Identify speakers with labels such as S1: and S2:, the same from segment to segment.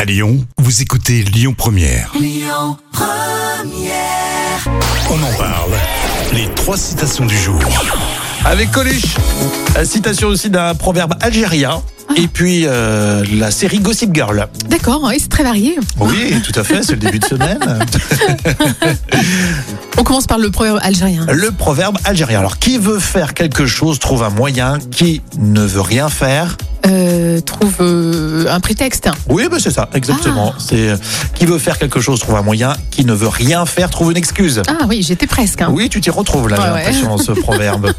S1: À Lyon, vous écoutez Lyon Première. On en parle. Les trois citations du jour.
S2: Avec Coluche, la citation aussi d'un proverbe algérien.
S3: Ah.
S2: Et puis euh, la série Gossip Girl.
S3: D'accord, oui, c'est très varié.
S2: Oui, tout à fait, c'est le début de semaine.
S3: On commence par le proverbe algérien.
S2: Le proverbe algérien. Alors, qui veut faire quelque chose trouve un moyen. Qui ne veut rien faire
S3: Euh, trouve euh, un prétexte.
S2: Oui, ben c'est ça,
S3: Ah.
S2: exactement. C'est euh, qui veut faire quelque chose trouve un moyen. Qui ne veut rien faire trouve une excuse.
S3: Ah oui, j'étais presque. hein.
S2: Oui, tu t'y retrouves là, j'ai
S3: Ouais, ouais.
S2: l'impression, dans ce proverbe.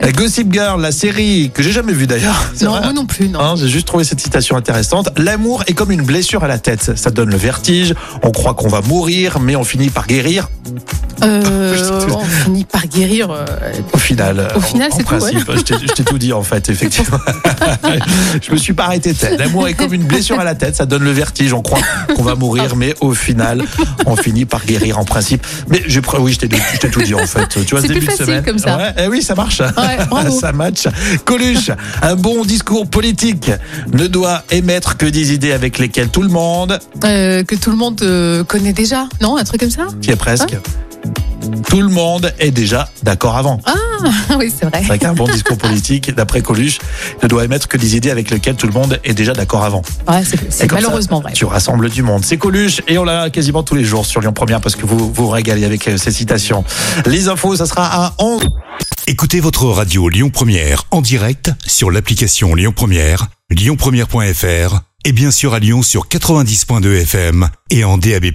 S2: La Gossip Girl, la série que j'ai jamais vue d'ailleurs. c'est
S3: non,
S2: vrai.
S3: moi non plus, non.
S2: Hein, J'ai juste trouvé cette citation intéressante. L'amour est comme une blessure à la tête. Ça donne le vertige. On croit qu'on va mourir, mais on finit par guérir.
S3: Euh,
S2: Je sais tout.
S3: on finit par guérir. euh,
S2: Au final.
S3: Au final,
S2: en
S3: c'est tout,
S2: principe, Je t'ai- je t'ai tout dit en fait, effectivement. je me suis pas arrêté de tête. L'amour est comme une blessure à la tête. Ça donne le vertige. On croit qu'on va mourir, mais au final, on finit par guérir en principe. Mais je, pr- oui, je t'ai je t'ai tout dit en fait. Tu vois,
S3: C'est
S2: ce
S3: plus
S2: début de
S3: facile
S2: semaine.
S3: comme ça.
S2: Ouais, eh oui, ça marche.
S3: Ouais, bravo.
S2: ça match. Coluche, un bon discours politique ne doit émettre que des idées avec lesquelles tout le monde
S3: euh, que tout le monde euh, connaît déjà, non Un truc comme ça
S2: qui est presque. Tout le monde est déjà d'accord avant.
S3: Hein Ah oui, c'est vrai.
S2: Avec un bon discours politique, d'après Coluche, ne doit émettre que des idées avec lesquelles tout le monde est déjà d'accord avant.
S3: Ouais, c'est-
S2: Et
S3: c'est
S2: comme ça,
S3: malheureusement vrai.
S2: Tu rassembles du monde. C'est Coluche et on l'a quasiment tous les jours sur Lyon Première parce que vous vous régalez avec euh, ces citations. Les infos, ça sera à 11.
S1: Écoutez votre radio Lyon Première en direct sur l'application Lyon Première, lyonpremière.fr et bien sûr à Lyon sur 90.2 FM et en DAB+.